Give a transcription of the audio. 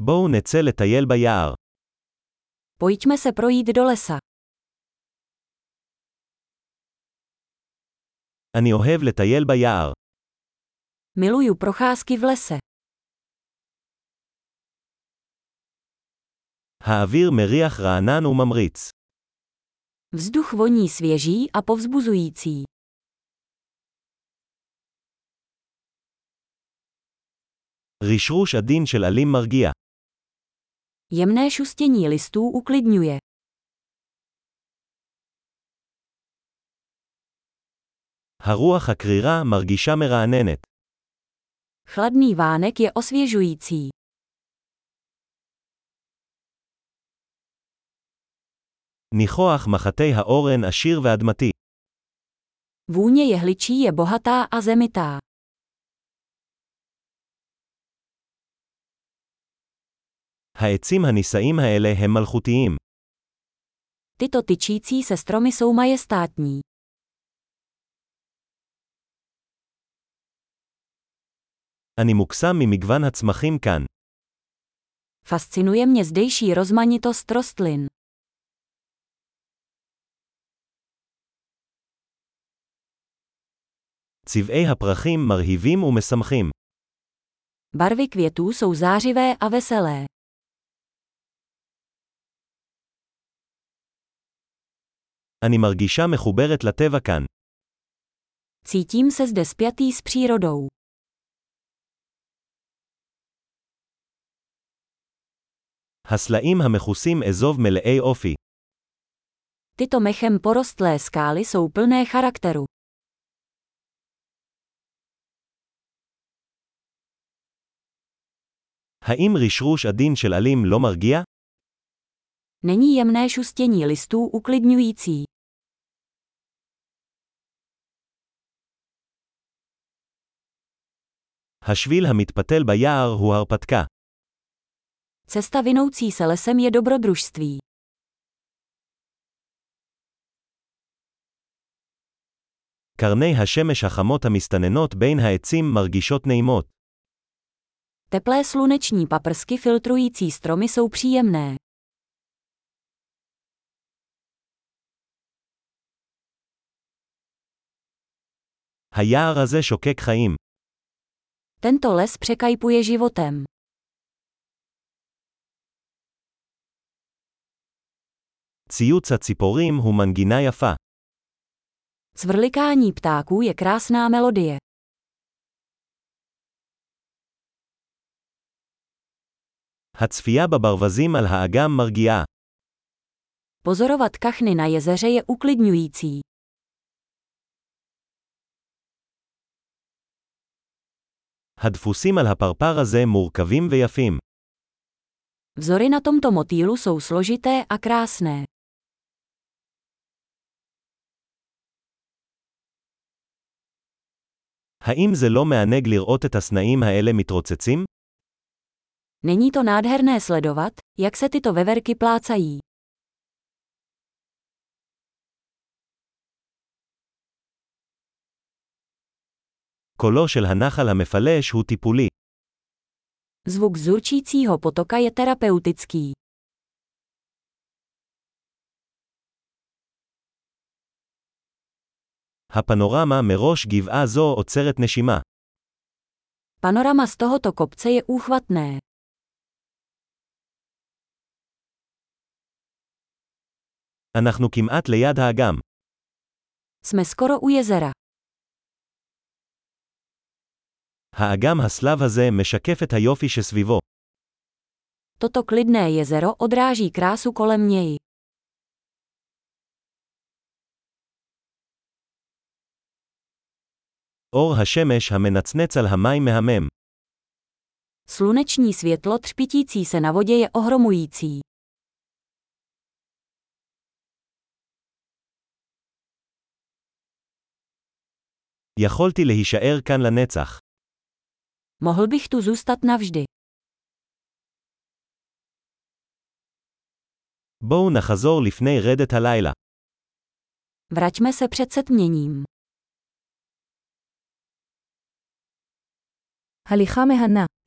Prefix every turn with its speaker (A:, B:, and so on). A: בואו נצא לטייל ביער.
B: Pojďme se projít do lesa.
A: אני אוהב לטייל ביער.
B: Miluju procházky v lese.
A: האוויר מריח רענן וממריץ.
B: Vzduch voní svěží a povzbuzující.
A: רשרוש עדין של עלים מרגיע.
B: Jemné šustění listů uklidňuje.
A: הרוח הקרירה מרגישה מרעננת.
B: Chladný vánek je osvěžující.
A: ניחוח מחטי האורן עשיר ואדמתי.
B: Vůně jehličí je bohatá a zemitá.
A: העצים הנישאים האלה הם מלכותיים.
B: Tyto tyčící se stromy jsou majestátní.
A: אני מוקסם ממגוון הצמחים כאן.
B: Fascinuje mě zdejší rozmanitost rostlin.
A: צבעי הפרחים מרהיבים ומשמחים.
B: Barvy květů jsou zářivé a veselé.
A: אני מרגישה מחוברת לטבע כאן.
B: Cítím se zde spjatý s přírodou.
A: הסלעים המכוסים אזוב מלאי אופי.
B: Tyto mechem porostlé skály jsou plné charakteru.
A: האם רשרוש עדין של עלים לא מרגיע?
B: Není jemné šustění listů uklidňující.
A: השביל המתפתל ביער הוא הרפתקה.
B: Cesta vinoucí se lesem je dobrodružství.
A: קרני השמש החמות המסתננות בין העצים מרגישות נעימות.
B: Teplé sluneční paprsky filtrující stromy jsou příjemné.
A: היער הזה שוקק חיים.
B: Tento les překajpuje životem.
A: ציוץ הציפורים הוא מנגינה יפה.
B: Cvrlikání ptáků je krásná melodie.
A: הצפייה בברווזים על האגם מרגיעה.
B: Pozorovat kachny na jezeře je uklidňující.
A: הדפוסים על הפרפר הזה מורכבים ויפים.
B: Vzory na tomto motýlu jsou složité a krásné.
A: האם זה לא מענג לראות את הסנאים האלה מתרוצצים?
B: Není to nádherné sledovat, jak se tyto veverky plácají.
A: קולו של הנחל המפלש הוא טיפולי.
B: Zvuk zurčícího potoka je terapeutický.
A: הפנורמה מראש גבעה זו עוצרת נשימה.
B: Panorama z tohoto kopce je úchvatné.
A: אנחנו כמעט ליד האגם.
B: Jsme skoro u jezera.
A: האגם הסלב הזה משקף את היופי שסביבו.
B: Toto klidné jezero odráží krásu kolem něj.
A: אור השמש המנצנץ על המים מהמם.
B: Sluneční světlo třpitící se na vodě je ohromující.
A: יכולתי להישאר כאן לנצח.
B: Mohl bych tu zůstat navždy.
A: בואו נחזור לפני רדת הלילה.
B: Vraťme se před setměním.
C: הליכה מהנה,